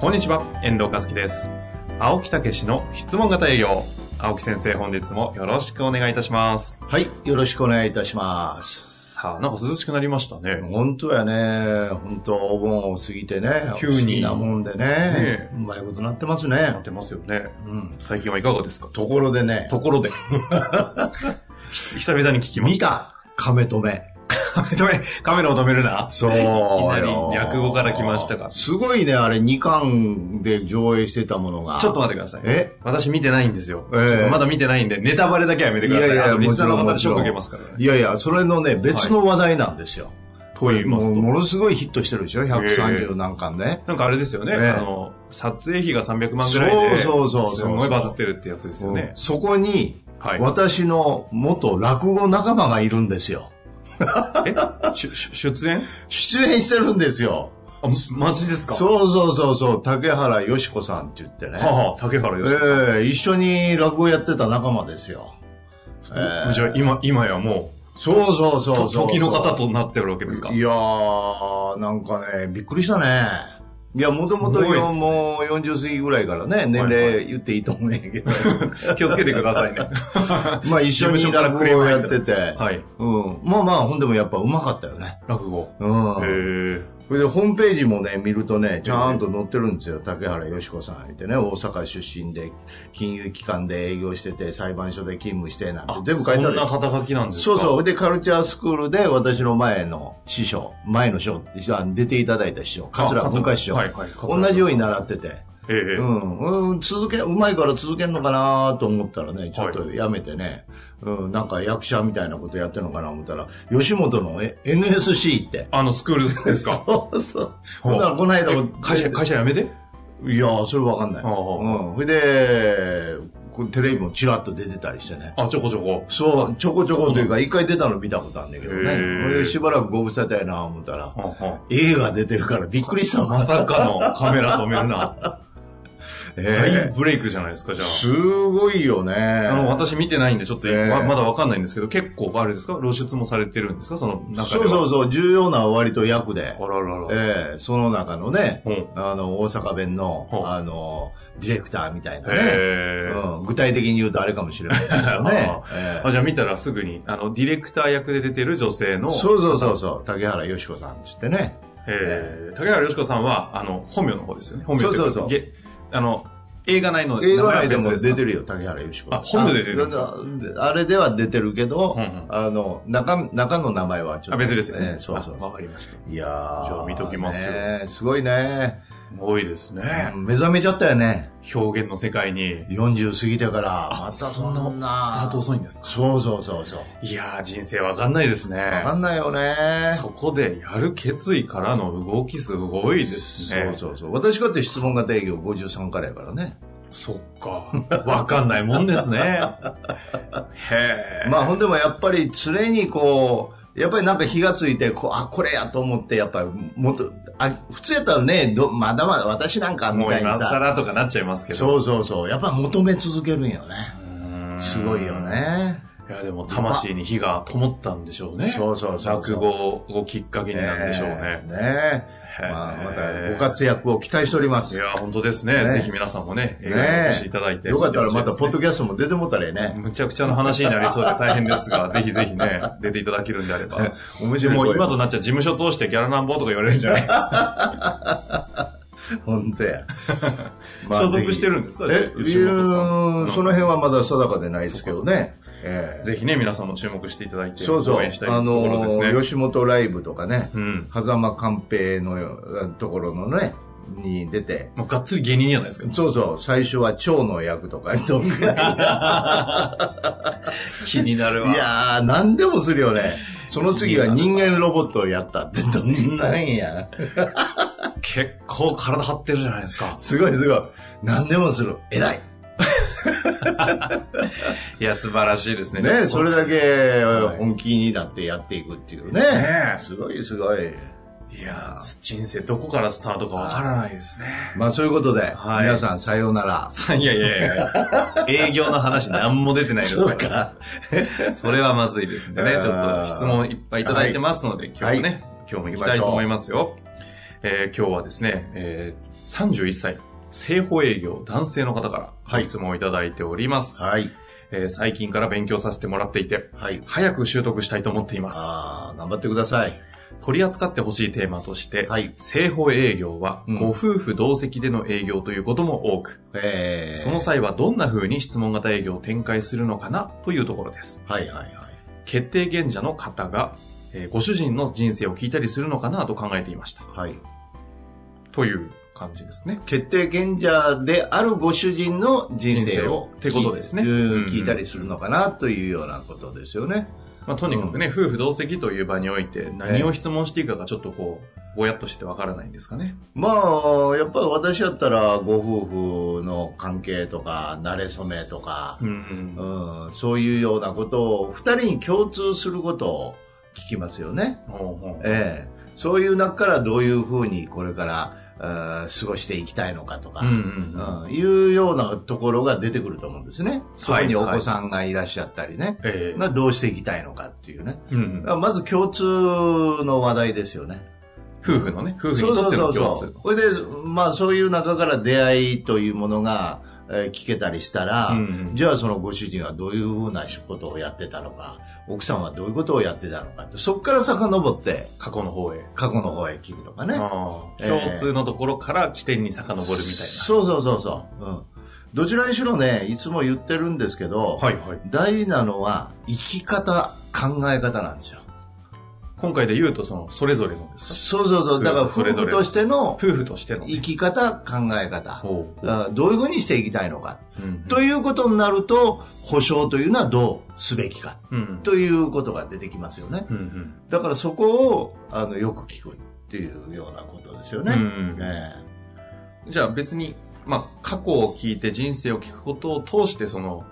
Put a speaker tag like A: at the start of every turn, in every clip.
A: こんにちは、遠藤和樹です。青木武しの質問型営業。青木先生、本日もよろしくお願いいたします。
B: はい、よろしくお願いいたします。
A: さあ、なんか涼しくなりましたね。ね
B: 本当やね、本当お盆を過ぎてね、
A: 急に
B: 不思議なもんでね
A: ね、
B: うまいことなってます
A: な
B: ね
A: っ。てますよね。
B: うん。
A: 最近はいかがですか
B: ところでね、
A: とこ ろで。ひ久々に聞きま
B: 見
A: した。
B: た亀止め。
A: カメラカメラを止めるな。
B: そう
A: きなり略語から来ましたか。ち
B: すごいね、あれ2巻で上映してたものが。
A: ょっと待ってください。
B: え
A: 私見てないんですよ。
B: ええ
A: ちょっとまだ見てないんで、ネタバレだけはやめてください。あのリスナーの方でショック受けますからね。
B: いやいや、それのね、別の話題なんですよ。
A: と言いま
B: も
A: す
B: う
A: と。
B: ものすごいヒットしてるでしょ ?130 何巻ね。
A: なんかあれですよね。
B: ええ
A: あの、撮影費が300万ぐらいで、
B: そうそうそうそう
A: すごいバズってるってやつですよ
B: う
A: ね
B: ん。そこに、
A: はい
B: 私の元落語仲間がいるんですよ。
A: えしゅしゅ出演
B: 出演してるんですよ。
A: あ、マジですかう。
B: そうそうそうそう、竹原よしこさんって言ってね。
A: はあはあ、竹原
B: え
A: よしこさん。
B: え一緒に落語やってた仲間ですよ。ええ
A: じゃあ今、今やも
B: そうそうそ
A: う、
B: うそ
A: と
B: うそう。
A: 時の方となってるわけですか
B: いやー、なんかね、びっくりしたね。いや、もともと
A: すごいですね
B: もう40過ぎぐらいからね、年
A: はいは
B: 齢言っていいと思うんやけ ど。
A: 気をつけてください ね。
B: まあ一緒に落語をやってて。
A: はい。
B: うん。まあまあ、ほんでもやっぱうまかったよね。
A: 落語。
B: うん。
A: へえ。
B: それでホームページもね、見るとね、ちゃんと載ってるんですよ。竹原よし子さんってね、大阪出身で、金融機関で営業してて、裁判所で勤務して、なんて全部書いてあ
A: そ
B: る
A: んな。肩書きなんですか。
B: そうそうう。で、カルチャースクールで、私の前の師匠、前の師匠、あ出ていただいた師匠、桂文化師匠、
A: はいはい桂
B: 同じように習ってて、
A: ええ
B: う。ん、うん、続け、うまいから続けんのかなと思ったらね、ちょっとやめてね、うん、なんか役者みたいなことやってんのかな思ったら、吉本のえ NSC って。
A: あの、スクールですか
B: そうそう。ほんならこの間も
A: え、会社、会社辞めて
B: いや、それわかんない。
A: ああ
B: うん。それで、こうテレビもチラッと出てたりしてね。
A: あ、ちょこちょこ。
B: そう、ちょこちょこというか、一回出たの見たことあるんだけど
A: へ
B: ね。
A: え
B: それでしばらくご無沙汰やな思ったら、
A: はあは
B: 映画出てるからびっくりした
A: あま
B: わ。
A: さかのカメラ止めるな。大
B: え
A: ブレイクじゃないですか、じ
B: え
A: ゃあ。
B: すごいよね。
A: あの、私見てないんで、ちょっと、
B: ええ
A: ままだわかんないんですけど、結構、あれですか露出もされてるんですかその中では。
B: そうそうそう、重要な割と役で、
A: あららら。
B: ええその中のね、
A: うん
B: あの、大阪弁の
A: う、ん
B: あの、ディレクターみたいなね。
A: ええ。
B: うん、具体的に言うとあれかもしれないけど ね
A: あ。
B: ええ
A: あ、じゃあ見たらすぐに、あの、ディレクター役で出てる女性の、
B: そうそうそうそう、竹原よしこさんっつってね。
A: えー、竹原よしこさんは、あの、本名の方ですよね。本名といか
B: そうそうそう
A: げあの、映画内の
B: 映画内でも出て
A: る。
B: るよ、竹原よしこ。
A: あ本名で出てる
B: あだだあれでは出てるけど、
A: うんうん
B: あの、中、中の名前はちょっと。
A: あ、別ですよ
B: ね
A: ね。。
B: そうそう
A: あ
B: そ
A: わかりました。
B: う。いやじゃ
A: あ見ときますよ
B: ねえすごいね、
A: 多いですね
B: う。ん目覚めちゃったよね。
A: 表現の世界に。
B: 40過ぎてから。またそんな。
A: スタート遅いんですか
B: そうそうそうそう。
A: いやー、人生わかんないです
B: わ
A: ね
B: か。んないよね。
A: そこでやる決意からの動きすごいです
B: そ
A: ね。
B: うそうそう。私かって質問型営業53からやからね。
A: そっか。 わかんないもんですね。へえ。
B: まあほんでもやっぱり常にこう、やっぱりなんか火がついて、こう、あ、これやと思って、やっぱりもっと、あ、普通やったらね、ど、まだまだ私なんかみ
A: もう
B: たいに
A: 今
B: さ。
A: 更とかなっちゃいますけど。
B: そうそうそう。やっぱ求め続けるんよね。
A: うん
B: すごいよ。ね。
A: いや、でも魂に火が灯ったんでしょうね。
B: そうそうそうそう
A: 落語をきっかけになるんでしょうね。
B: えねえ
A: へえ
B: まあまたご活躍を期待しておりま
A: い
B: す。
A: や、本当ですね。
B: ね
A: ぜひ皆さんもね、映画にお
B: ね
A: 越しいただいて。
B: え。よかったらまたポッ
A: キ
B: ドキャストも出てもったらええね。
A: むちゃくちゃな話になりそうで大変です が、ぜひぜひね、出ていただけるんであれば。
B: 面
A: で
B: 白い
A: も
B: 声。
A: う今となっちゃ事務所通してギャラなんぼとか言われるんじゃないですか。
B: 本当 や。
A: 所属してるんですか
B: え、
A: 吉本さん
B: いやー
A: うん
B: その辺はまだ定かでないですけどね。ええ
A: ぜひね、皆さんも注目していただいて、
B: そうそう。
A: 応援したい
B: あ
A: ところ
B: の
A: ですね。
B: ー、吉本ライブとかね、
A: うん。
B: 狭間寛平のよところのね、に出て、
A: もうがっつり芸人じゃないですか。
B: そうそう、最初は蝶の 役とか、どんぐら
A: 気になる
B: いいやー、何でもするよね。その次は人間ロボットをやったって、どんなんや。
A: 結構体張ってるじゃないですか。
B: すごいすごい。何でもする。偉い。
A: いや、素晴らしいですね。
B: ね、それだけ
A: はい
B: 本気になってやっていくっていうね。
A: ね
B: すごいすごい。
A: いやー、人生どこからスタートかわからないですね。
B: まあそういうことで、
A: はい
B: 皆さんさようなら。
A: いやいやいやいや営業の話何も出てない です
B: そう
A: か
B: か。
A: ら。それはまずいですんで
B: あ
A: ね。
B: ー
A: ちょっと質問いっぱいいただいてますので、今日もね、今日も行きたいと思いますよ。えー今日はですね、えー31歳、正法営業男性の方からご質問をいただいております、
B: はい。
A: えー最近から勉強させてもらっていて、
B: はい。
A: 早く習得したいと思っています。
B: ああ、頑張ってください。
A: 取り扱ってほしいテーマとして、
B: はい。
A: 正法営業は
B: うん
A: ご夫婦同席での営業ということも多く、
B: えー、
A: その。際はどんな風に質問型営業を展開するのかなというところです。
B: はいはいはい。
A: 決定権者の方が、えーご主人の人生を聞いたりするのかなと考えていました。
B: はい。
A: という感じですね。
B: 決定権者であるご主人の人
A: 人
B: 生を
A: 生をってことですね
B: 聞い
A: うん
B: 聞いたりするのかなというようなことですよね。
A: まあ、とにかくね、夫婦同席という場において何を質問していいかがちょっとこう、ぼやっとしててわからないんですかね。
B: まあ、やっぱり私だったら、ご夫婦の関係とか、慣れ初めとか、
A: うんうん
B: うんそういうようなことを、二人に共通することを聞きますよね。
A: ほうほう
B: ええそういう中からどういうふうにこれから、えー過ごしていきたいのかとか、
A: うんうんうん
B: うんいうようなところが出てくると思うんですね。そこに
A: はい
B: お
A: はい
B: 子さんがいらっしゃったりね。
A: ええ
B: などうしていきたいのかっていうね。
A: うんうん
B: まず共通の話題ですよね。
A: 夫婦のね、夫婦
B: そ
A: に
B: う
A: とっ
B: そう
A: て
B: そ
A: の
B: う
A: 共通
B: そう。。これで、まあそういう中から出会いというものが、えー聞けたりしたら、
A: うんうん
B: じゃあそのご主人はどういうふうなことをやってたのか、奥さんはどういうことをやってたのかって、そこから遡って
A: 過去の方へ。
B: 過去の方へ聞くとかね。
A: ああ
B: ええ
A: 共通のところから起点に遡るみたい
B: そうそうそうそう。うん。どちらにしろね、いつも言ってるんですけど、
A: な。はいはい。
B: 大事なのは生き方、考え方なんですよ。
A: 今回で言うと、その、それぞれのですか
B: そうそうそう。だから
A: そ
B: 夫
A: れぞ
B: 婦
A: れ
B: としての
A: 夫婦としてのね。
B: 生き方、考え方。
A: ほう
B: あどういうふうにしていきたいのか。
A: うん
B: ということになると、保障というのはどうすべきか。
A: うん
B: ということが出てきますよね。
A: うんうん
B: だからそこを、あの、よく聞くっていうようなことですよ
A: う
B: ね。
A: んうん
B: え
A: じゃあ別に、まあ、過去を聞いて人生を聞くことを通して、その、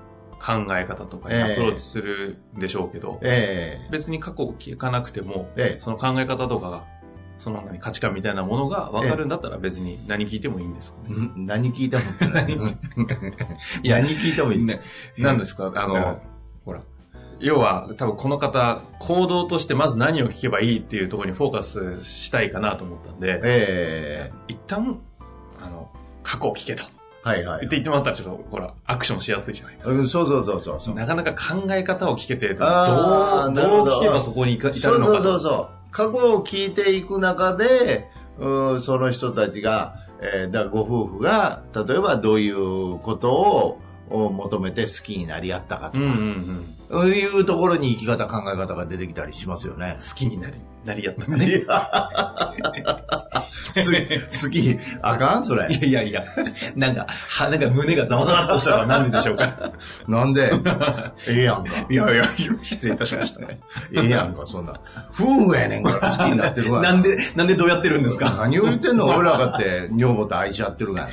A: 考え方とかにアプローチするんでしょうけど、
B: ええ
A: 別に過去を聞かなくても、
B: ええ
A: その考え方とかが、その何価値観みたいなものが分かるんだったら別に何聞いてもいいんですかね。
B: ん何聞いても 何
A: いや
B: 聞いてもいい。
A: ね、何ですかあ
B: うん
A: の、ほら。要は、多分この方、行動としてまず何を聞けばいいっていうところにフォーカスしたいかなと思ったんで、
B: ええ
A: 一旦、あの、過去を聞けと。
B: はいはい
A: って。言ってもらったら、ちょっと、ほら、アクションしやすいじゃないですか。
B: うん、そうそうそうそうそう。
A: なかなか考え方を聞けてると、ど
B: あ
A: う、
B: ーなる
A: ど
B: ほ
A: う
B: ど
A: 聞けばそこに至至
B: そ
A: る
B: う
A: のか
B: そ
A: と。
B: うそうそう。過去を聞いていく中で、うんその人たちが、えーだご夫婦が、例えばどういうことをを求めて好きになり合ったかと
A: うんうん
B: か、
A: うん。
B: そういうところに生き方、考え方が出てきたりしますよね。
A: 好きになり、 なりやったか
B: い
A: ね。
B: や、 す好き、あかんそれ。
A: いやいやいや、なんか、は、なんか胸がざわざわっとしたのは何ででしょうか。
B: なん で、ええやんか。
A: いやいや、失礼いたしましたね。
B: ええやんか、そんな。夫婦やねんから好きになってる わ。
A: なんで、なんでどうやってるんですか
B: 何を言ってんの俺らだって女房と愛し合って るがな。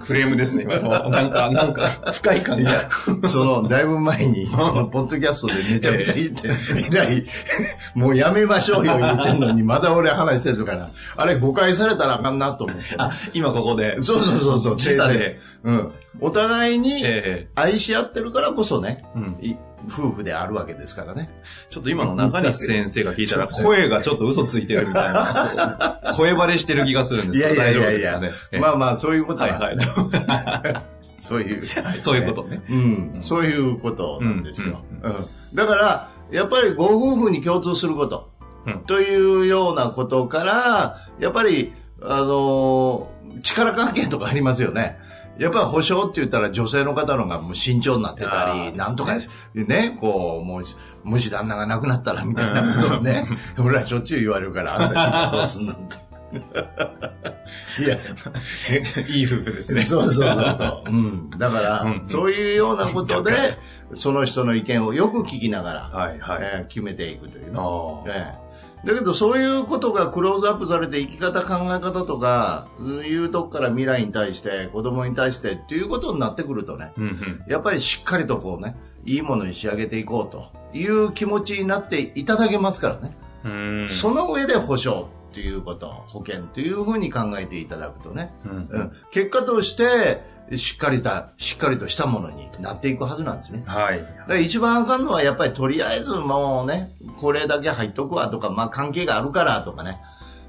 A: クレームですね、今の。なんか、なんか、深い感
B: い
A: じ。
B: や、その、だいぶ前 に、その、ポッドキャストでめちゃめちゃ言って、以来、 もうやめましょうよ言ってんのに、まだ俺話してるから、あれ誤解されたらあかんなと思って。
A: あ、今ここで。
B: そうそうそうそう、
A: 時差で。
B: うん。お互いに
A: え
B: 愛し合ってるからこそね、
A: えうん。
B: い夫婦であるわけですからね。
A: ちょっと今の中西先生が聞いたら声がちょっと嘘ついてるみたいな、 こう声バレしてる気がするんで
B: い
A: すけ
B: や
A: ど、大丈
B: いやい
A: 夫
B: や
A: で
B: い
A: すか
B: や
A: ね。、ええ
B: まあまあ、そういうこと
A: はい
B: は、
A: はい。
B: そういう。
A: そういうことね。
B: うん、そういうことなんですよ。
A: う
B: うんだから、やっぱりご夫婦に共通すること、
A: うん
B: というようなことから、やっぱり、あのー力関係とかありますよね。やっぱり保証って言ったら女性の方の方がもう慎重になって
A: あ
B: た
A: ー
B: り、なんとかですね、こう、もう、もし旦那が亡くなったらみたいなことをね、 俺はしょっちゅう言われるから、あんたどうすんのって。いや、
A: いい夫婦ですね。
B: そうそうそうそう。うん。だから、
A: うん
B: そういうようなことで、その人の意見をよく聞きながら、
A: はいはい。
B: えー決めていくという
A: あ
B: ね。えだけどそういうことがクローズアップされて生き方考え方とかいうとこから未来に対して子供に対してっていうことになってくるとね、
A: うんうん
B: やっぱりしっかりとこうねいいものに仕上げていこうという気持ちになっていただけますからね、
A: うーん
B: その上で保証っていうこと保険というふうに考えていただくとね、
A: うん
B: うん、結果としてしっかりたしっかりとしたものになっていくはずなんですね
A: はい
B: だから一番あかんのはやっぱりとりあえずもうね、これだけ入っとくわとか、まあ関係があるからとかね。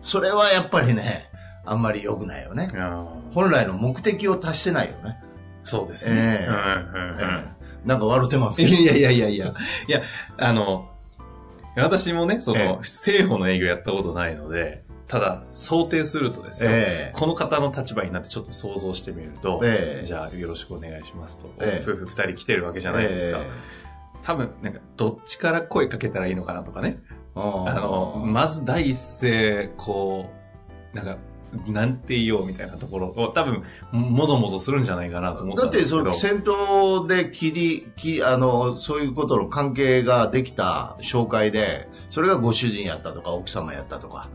B: それはやっぱりね、あんまり良くないよね
A: い。やー
B: 本来の目的を達してないよね。
A: そうですね、
B: ええ
A: うんうんうん
B: ええなんか笑ってますけど。
A: いやいやいやいや。いや、あの、私もね、そ
B: ええ
A: の、政府の営業やったことないので、ただ、想定するとですよ、
B: ええ
A: この方の立場になってちょっと想像してみると、
B: ええ
A: じゃあよろしくお願いしますと、
B: ええ
A: 夫婦二人来てるわけじゃないですか。
B: ええ
A: 多分、なんか、どっちから声かけたらいいのかなとかね。
B: あ
A: あの、まず第一声、こう、なんか、なんて言おうみたいなところを多分、もぞもぞするんじゃないかなと思った
B: だ
A: ん
B: っ
A: で
B: て、
A: すけ
B: そ
A: ど。
B: の戦闘で切り、きあの、そういうことの関係ができた紹介で、それがご主人やったとか、奥様やったとか、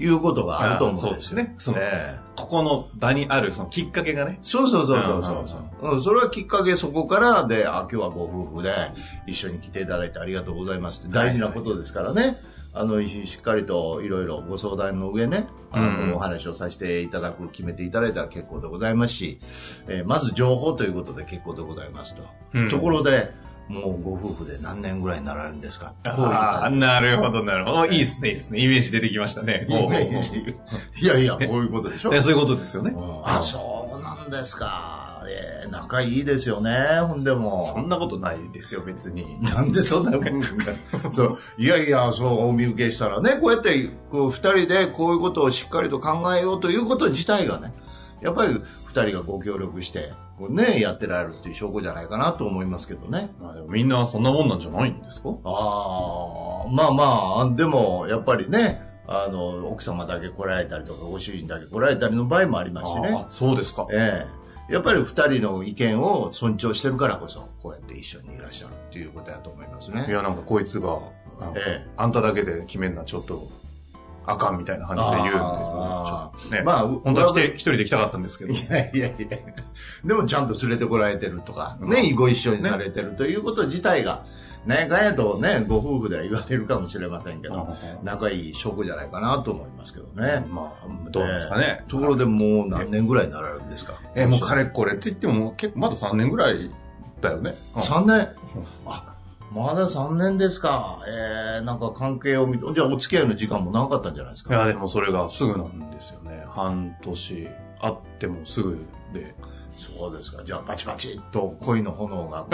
B: いうことがあると思うん
A: そう
B: よ
A: ですね。その、
B: ええ
A: ここの場にあるそのきっかけがね。
B: そうそうそうそうそうそう、うん。それはきっかけそこからで、あ、今日はご夫婦で一緒に来ていただいてありがとうございますって大事なことですからね。あの、ししっかりといろいろご相談の上ね、あの、
A: うん
B: お話をさせていただく、決めていただいたら結構でございますし、えーまず情報ということで結構でございますと。
A: うん
B: ところで、もうご夫婦で何年ぐらいになられるんですかこういう
A: ああ、
B: 感
A: なるほど、なるほど。いいですね、いいですね。イメージ出てきましたね。
B: じ。
A: ほうほうほう
B: イメージいやいや、こういうことでしょ
A: いやそういうことですよね。
B: あ、そうなんですか。えー、仲いいですよね。ほんで
A: そ
B: も。
A: んなことないですよ、別に。
B: なんでそんな文句がそう。いやいや、そう、お見受けしたらね、こうやって、こう、二人でこういうことをしっかりと考えようということ自体がね、やっぱり二人がご協力して、こうね、やってられるっていう証拠じゃないかなと思いますけどね。
A: まあでもみんなそんなもんなんじゃないんですか
B: ああ、まあまあ、でも、やっぱりね、あの、奥様だけ来られたりとか、ご主人だけ来られたりの場合もありますしね。
A: あそうですか。
B: ええやっぱり二人の意見を尊重してるからこそ、こうやって一緒にいらっしゃるっていうことだと思いますね。
A: いや、なんかこいつが、なんか
B: え
A: あんただけで決めんな、ちょっと、あかんみたいな感じで言うんで、ちょ
B: あ
A: っと
B: え
A: ね。
B: まあ、
A: 本当は来て一
B: 上、
A: 人で来たかったんですけど。
B: 辺 いやいやいや。でもちゃんと連れてこられてるとか、ね、
A: うん
B: ご一緒にされてるということ自体が、ね、ガヤとね、ご夫婦では言われるかもしれませんけど、仲いい証拠じゃないかなと思いますけどね。
A: まあ、どうですかね
B: ええ。ところでもう何年ぐらいになられるんですか
A: え、もうかれこれって言っても、結構まだ3年ぐらいだよね。うん
B: 3年あまだ3年ですかえー、なんか関係を見てじゃあお付き合いの時間も長かったんじゃないです
A: い
B: か
A: や、でもそれがすぐなんですよね。半年あってもすぐで。
B: そうですかじゃあバチバチっと恋の 炎が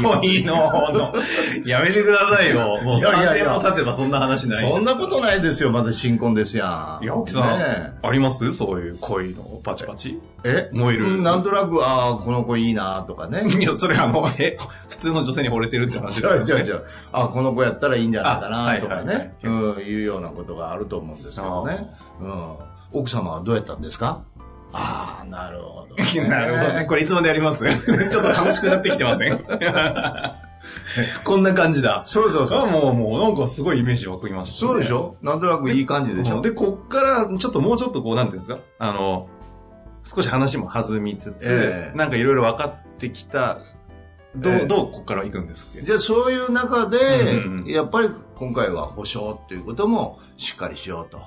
A: の、 やめてくださいよ。も
B: う三年も経
A: てばそんな話
B: そんなことないですよまだ新婚ですやん
A: いや、奥さん、
B: ね
A: ありますそういう恋のバチバチ。
B: ええ
A: 燃える
B: うんなんとなくああこの子いいな とかね
A: いや、それはもう、え、普通の女性に惚れてるって話
B: じゃあじゃあ
A: じ
B: じゃああこの子やったらいいんじゃないかなとか
A: あはいはい
B: ねうんいうようなことがあると思うんですけどねうん奥様はどうやったんですかああ なるほど
A: なるほどね。これいつまでやります ちょっと楽しくなってきてません こんな感じだ。
B: そうそうそう
A: あもう、もう、なんかすごいイメージ湧くりました、
B: そうでしょなんとなくいい感じでしょ
A: で、こっから、ちょっともうちょっとこう、なんていうんですか、あの、少し話も弾みつつ、
B: ええ
A: なんかいろいろ分かってきた、どう、
B: ええ
A: どうこっから行くんですっけ
B: じゃあそういう中で
A: うんうん、うん
B: やっぱり今回は保証っていうこともしっかりしようと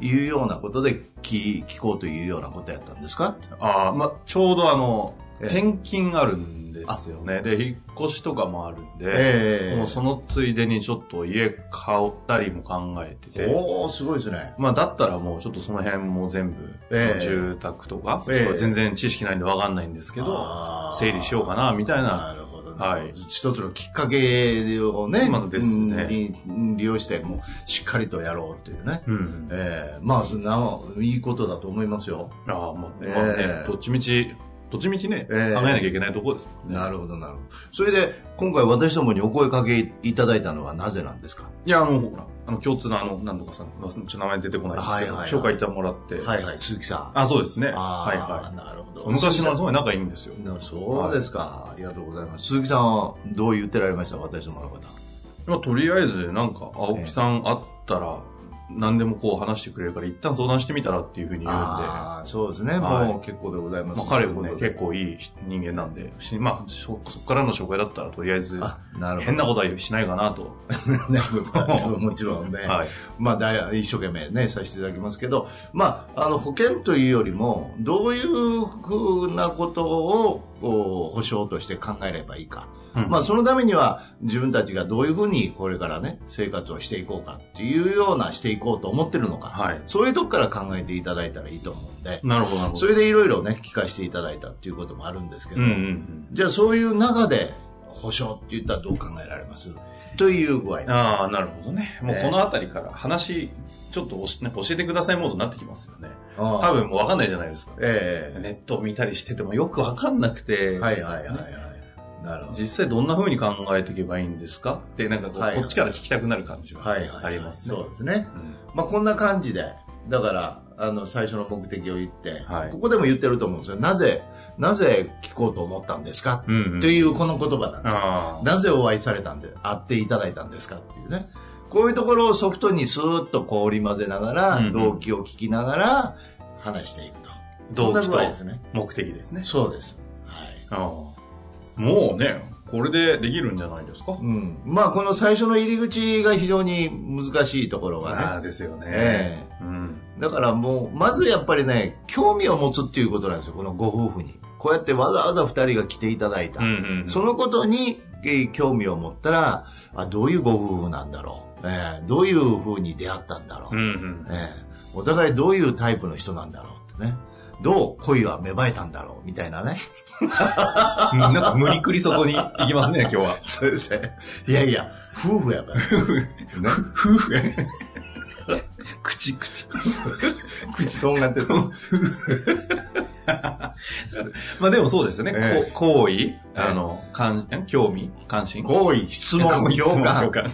B: いうようなことで聞聞こうというようなことやったんですか
A: ああ、まあ、ちょうどあの、
B: ええ
A: 転勤があるんですよね。で、引っ越しとかもあるんで、
B: え
A: もうそのついでにちょっと家買ったりも考えてて、
B: おおすごいですね。
A: まあ、だったらもうちょっとその辺も全部、
B: ええ
A: 住宅とか、
B: ええ
A: そう全然知識ないんで分かんないんですけど、
B: あー
A: 整理しようかな、みたいな
B: なるほど、ね。
A: はい
B: 一つのきっかけをね、
A: まずですね
B: うん利利用して、もうしっかりとやろうっていうね。
A: うん。
B: ええまあ、そんないいことだと思いますよ。
A: ああ、まあ、
B: ええ
A: まあね、どっちみち、どっちみちね、
B: ええ
A: 考えなきゃいけないところですもんね。
B: なるほど、なるほど。それで、今回私どもにお声かけいただいたのはなぜなんですか
A: いや、あの、ほら、あの、共通のあの、なんとかさん、まあちょっと名前出てこないですけど、
B: はいはいはい
A: 紹介いただいてもらって、
B: はいはい、鈴木さん。
A: あ、そうですね。
B: あ
A: はいは
B: ーなるほ
A: い。
B: ど。
A: 昔のすごい仲いいんですよ。
B: なそうですか。ありがとうございます。鈴木さんはどう言ってられました私どもの方。
A: まあ、とりあえず、なんか、青木さん会ったら、何でもこう話してくれるから、一旦相談してみたらっていうふうに言うんで、
B: あーそうですね、
A: はい
B: もう結構でございます、
A: まあ、彼もね、結構いい人間なんで、しまあ、そそこからの紹介だったら、とりあえず、
B: あなるほど
A: 変なことはしないかなと。
B: なるほどそうもちろんね、
A: はい。
B: まあ、だい一生懸命ね、させていただきますけど、まあ、あの保険というよりも、どういうふうなことをこう保証として考えればいいか、
A: うん
B: まあ、そのためには自分たちがどういうふうにこれからね、生活をしていこうかっていうようなしていこうと思ってるのか、
A: はい。
B: そういうとこから考えていただいたらいいと思うんで、
A: なるほど、なるほど。
B: それでいろいろね、聞かせていただいたっていうこともあるんですけど、
A: うんうんうん。
B: じゃあそういう中で保証って言ったらどう考えられますという具合です。
A: ああ、なるほどね。もう
B: ね
A: このあたりから話、ちょっとおしなんか教えてくださいモードになってきますよね。多
B: 多
A: 分もうわかんないじゃないですか。
B: ええ
A: ネットを見たりしててもよくわかんなくて、
B: はいはいはいはい。なるほど。
A: 実際どんな風に考えていけばいいんですかって、なんかこう、
B: はい
A: こっちから聞きたくなる感じは
B: はいはい。
A: ありますね。
B: そうですね。
A: うん
B: まあこんな感じで、だから、あの、最初の目的を言って、
A: はい
B: ここでも言ってると思うんですよ。なぜ、なぜ聞こうと思ったんですか、
A: うんうん
B: というこの言葉なんですよ。
A: あ
B: なぜお会いされたんで、会っていただいたんですかっていうね。こういうところをソフトにスーッとこう織り交ぜながら、
A: うんうん
B: 動機を聞きながら、話していくと。
A: あ、動
B: こんな
A: 機
B: 具
A: と
B: 合ですね。
A: 目的ですね。
B: そうです。はい。
A: ああもうね、これでできるんじゃないですか。
B: うん。まあ、この最初の入り口が非常に難しいところがね。
A: ああですよね。
B: え
A: うん。
B: えだからもう、まずやっぱりね、興味を持つっていうことなんですよ、このご夫婦に。こうやってわざわざ二人が来ていただいた。
A: うんうんうん
B: そのことに、えー興味を持ったら、あ、どういうご夫婦なんだろう。ええどういうふうに出会ったんだろう。
A: うんうん。
B: ええお互いどういうタイプの人なんだろうってね。どう恋は芽生えたんだろうみたいなね。
A: なんか無理くりそこに行きますね、今日 は。
B: それで、いやいや、 夫婦やから。ね
A: 夫婦やね。口、口。
B: 口とんがって る。
A: まあでもそうですよね。
B: ええ
A: こ行為、あの、関ん興味、関心。
B: 行為、質問、
A: 行 為
B: 共感。
A: 感。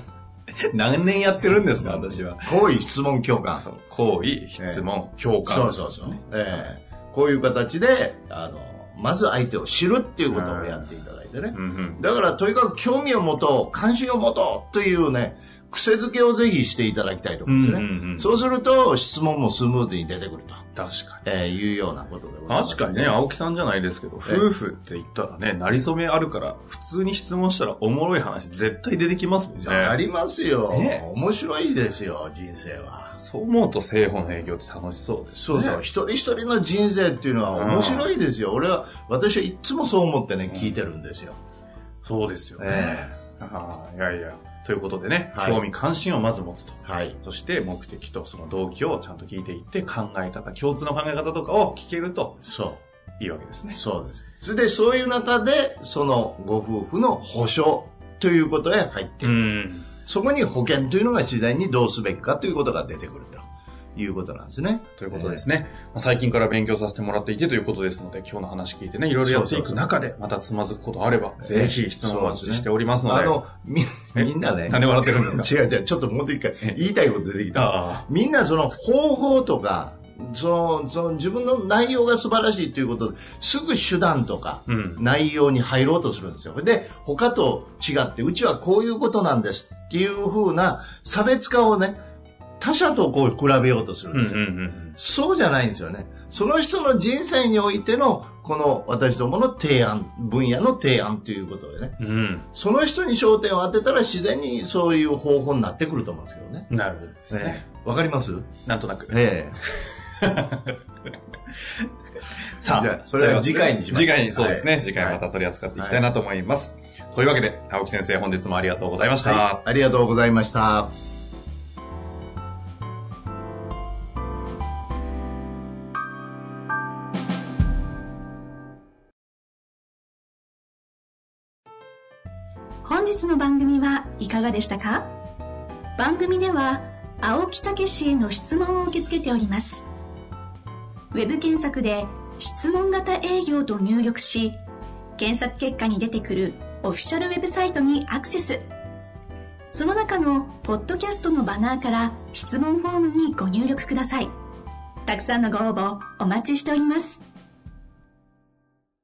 A: 何年やってるんですか、私は。
B: 行為、質問、共感。
A: そ
B: そ
A: うう行為、質問、共感。
B: そうそう。ええこういう形で、あの、まず相手を知るっていうことをやっていただいてね。
A: うんうん。
B: だから、とにかく興味を持とう、関心を持とうというね、癖づけをぜひしていただきたいと
A: う
B: 思うん
A: ん
B: で
A: う
B: す
A: ん
B: ね。
A: うん。
B: そうすると、質問もスムーズに出てくると、
A: 確かに。
B: ええいうようなことでございます。
A: 確かにね、。青木さんじゃないですけど、
B: ええ
A: 夫婦って言ったらね、なりそめあるから、普通に質問したらおもろい話絶対出てきますもんね。
B: ありますよ。
A: ね
B: 面白いですよ、人生は。
A: そう思うと製本営業って楽しそうです。
B: そうそう、一人一人の人生っていうのは面白いですよ。俺は、私はいつもそう思ってね、聞いてるんですよ。
A: そうですよね。
B: え
A: ああ、いやいや。ということでね、
B: はい
A: 興味関心をまず持つと。
B: はい。
A: そして目的とその動機をちゃんと聞いていって考え方、共通の考え方とかを聞けると
B: そ
A: いいわけです
B: う。
A: ね。
B: そうです。それで、そういう中で、そのご夫婦の保証ということへ入っていく、
A: ん。
B: そこに保険というのが自然にどうすべきかということが出てくるということなんですね。
A: ということですね。まあ最近から勉強させてもらっていてということですので、今日の話聞いてね、いろいろやっていく中で、またつまずくことあれば、
B: ええ
A: ぜひ質問をお待ちしておりますの
B: あ
A: で。
B: の、み、みんなね。
A: なんで笑ってるんですか
B: 違う違う、ちょっともう一回言いたいこと出てきた。
A: あ
B: みんなその方法とか、その、その自分の内容が素晴らしいということで、すぐ手段とか、
A: あ、うん。
B: 内容に入ろうとするんですよ。で、他と違って、うちはこういうことなんですっていう風な差別化をね、他者とこう比べようとするん
A: うんう
B: で
A: ん
B: すよ。
A: うん。
B: そうじゃないんですよね。その人の人生においての、この私どもの提案、分野の提案ということでね、
A: うん。
B: その人に焦点を当てたら自然にそういう方法になってくると思うんですけどね。
A: なるほどですね。
B: ええわかります
A: なんとなく。
B: ええ。
A: さあ、
B: じゃあそれは次回にします
A: 次回に、そうですね。
B: はい
A: 次回また取り扱っていきたいなと思います。というわけで、青木先生、本日もありがとうございました。
B: はい、ありがとうございました。
C: 本日の番組はいかがでしたか番組では青木武氏への質問を受け付けておりますウェブ検索で「質問型営業」と入力し検索結果に出てくるオフィシャルウェブサイトにアクセスその中のポッドキャストのバナーから質問フォームにご入力くださいたくさんのご応募お待ちしております